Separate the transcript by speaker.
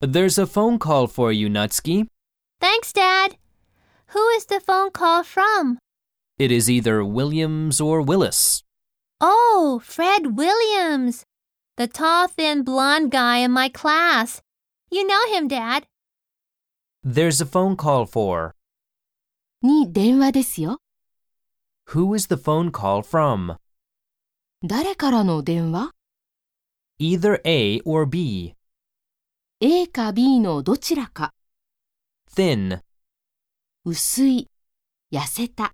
Speaker 1: There's a phone call for you, Nutsky.
Speaker 2: Thanks, Dad. Who is the phone call from?
Speaker 1: It is either Williams or Willis.
Speaker 2: Oh, Fred Williams. The tall, thin, blonde guy in my class. You know him, Dad.
Speaker 1: There's a phone call for.
Speaker 3: に電話ですよ。
Speaker 1: Who is the phone call from?
Speaker 3: 誰からの電話
Speaker 1: Either A or B.
Speaker 3: ?A か B のどちらか。
Speaker 1: Thin.
Speaker 3: 薄い、痩せた。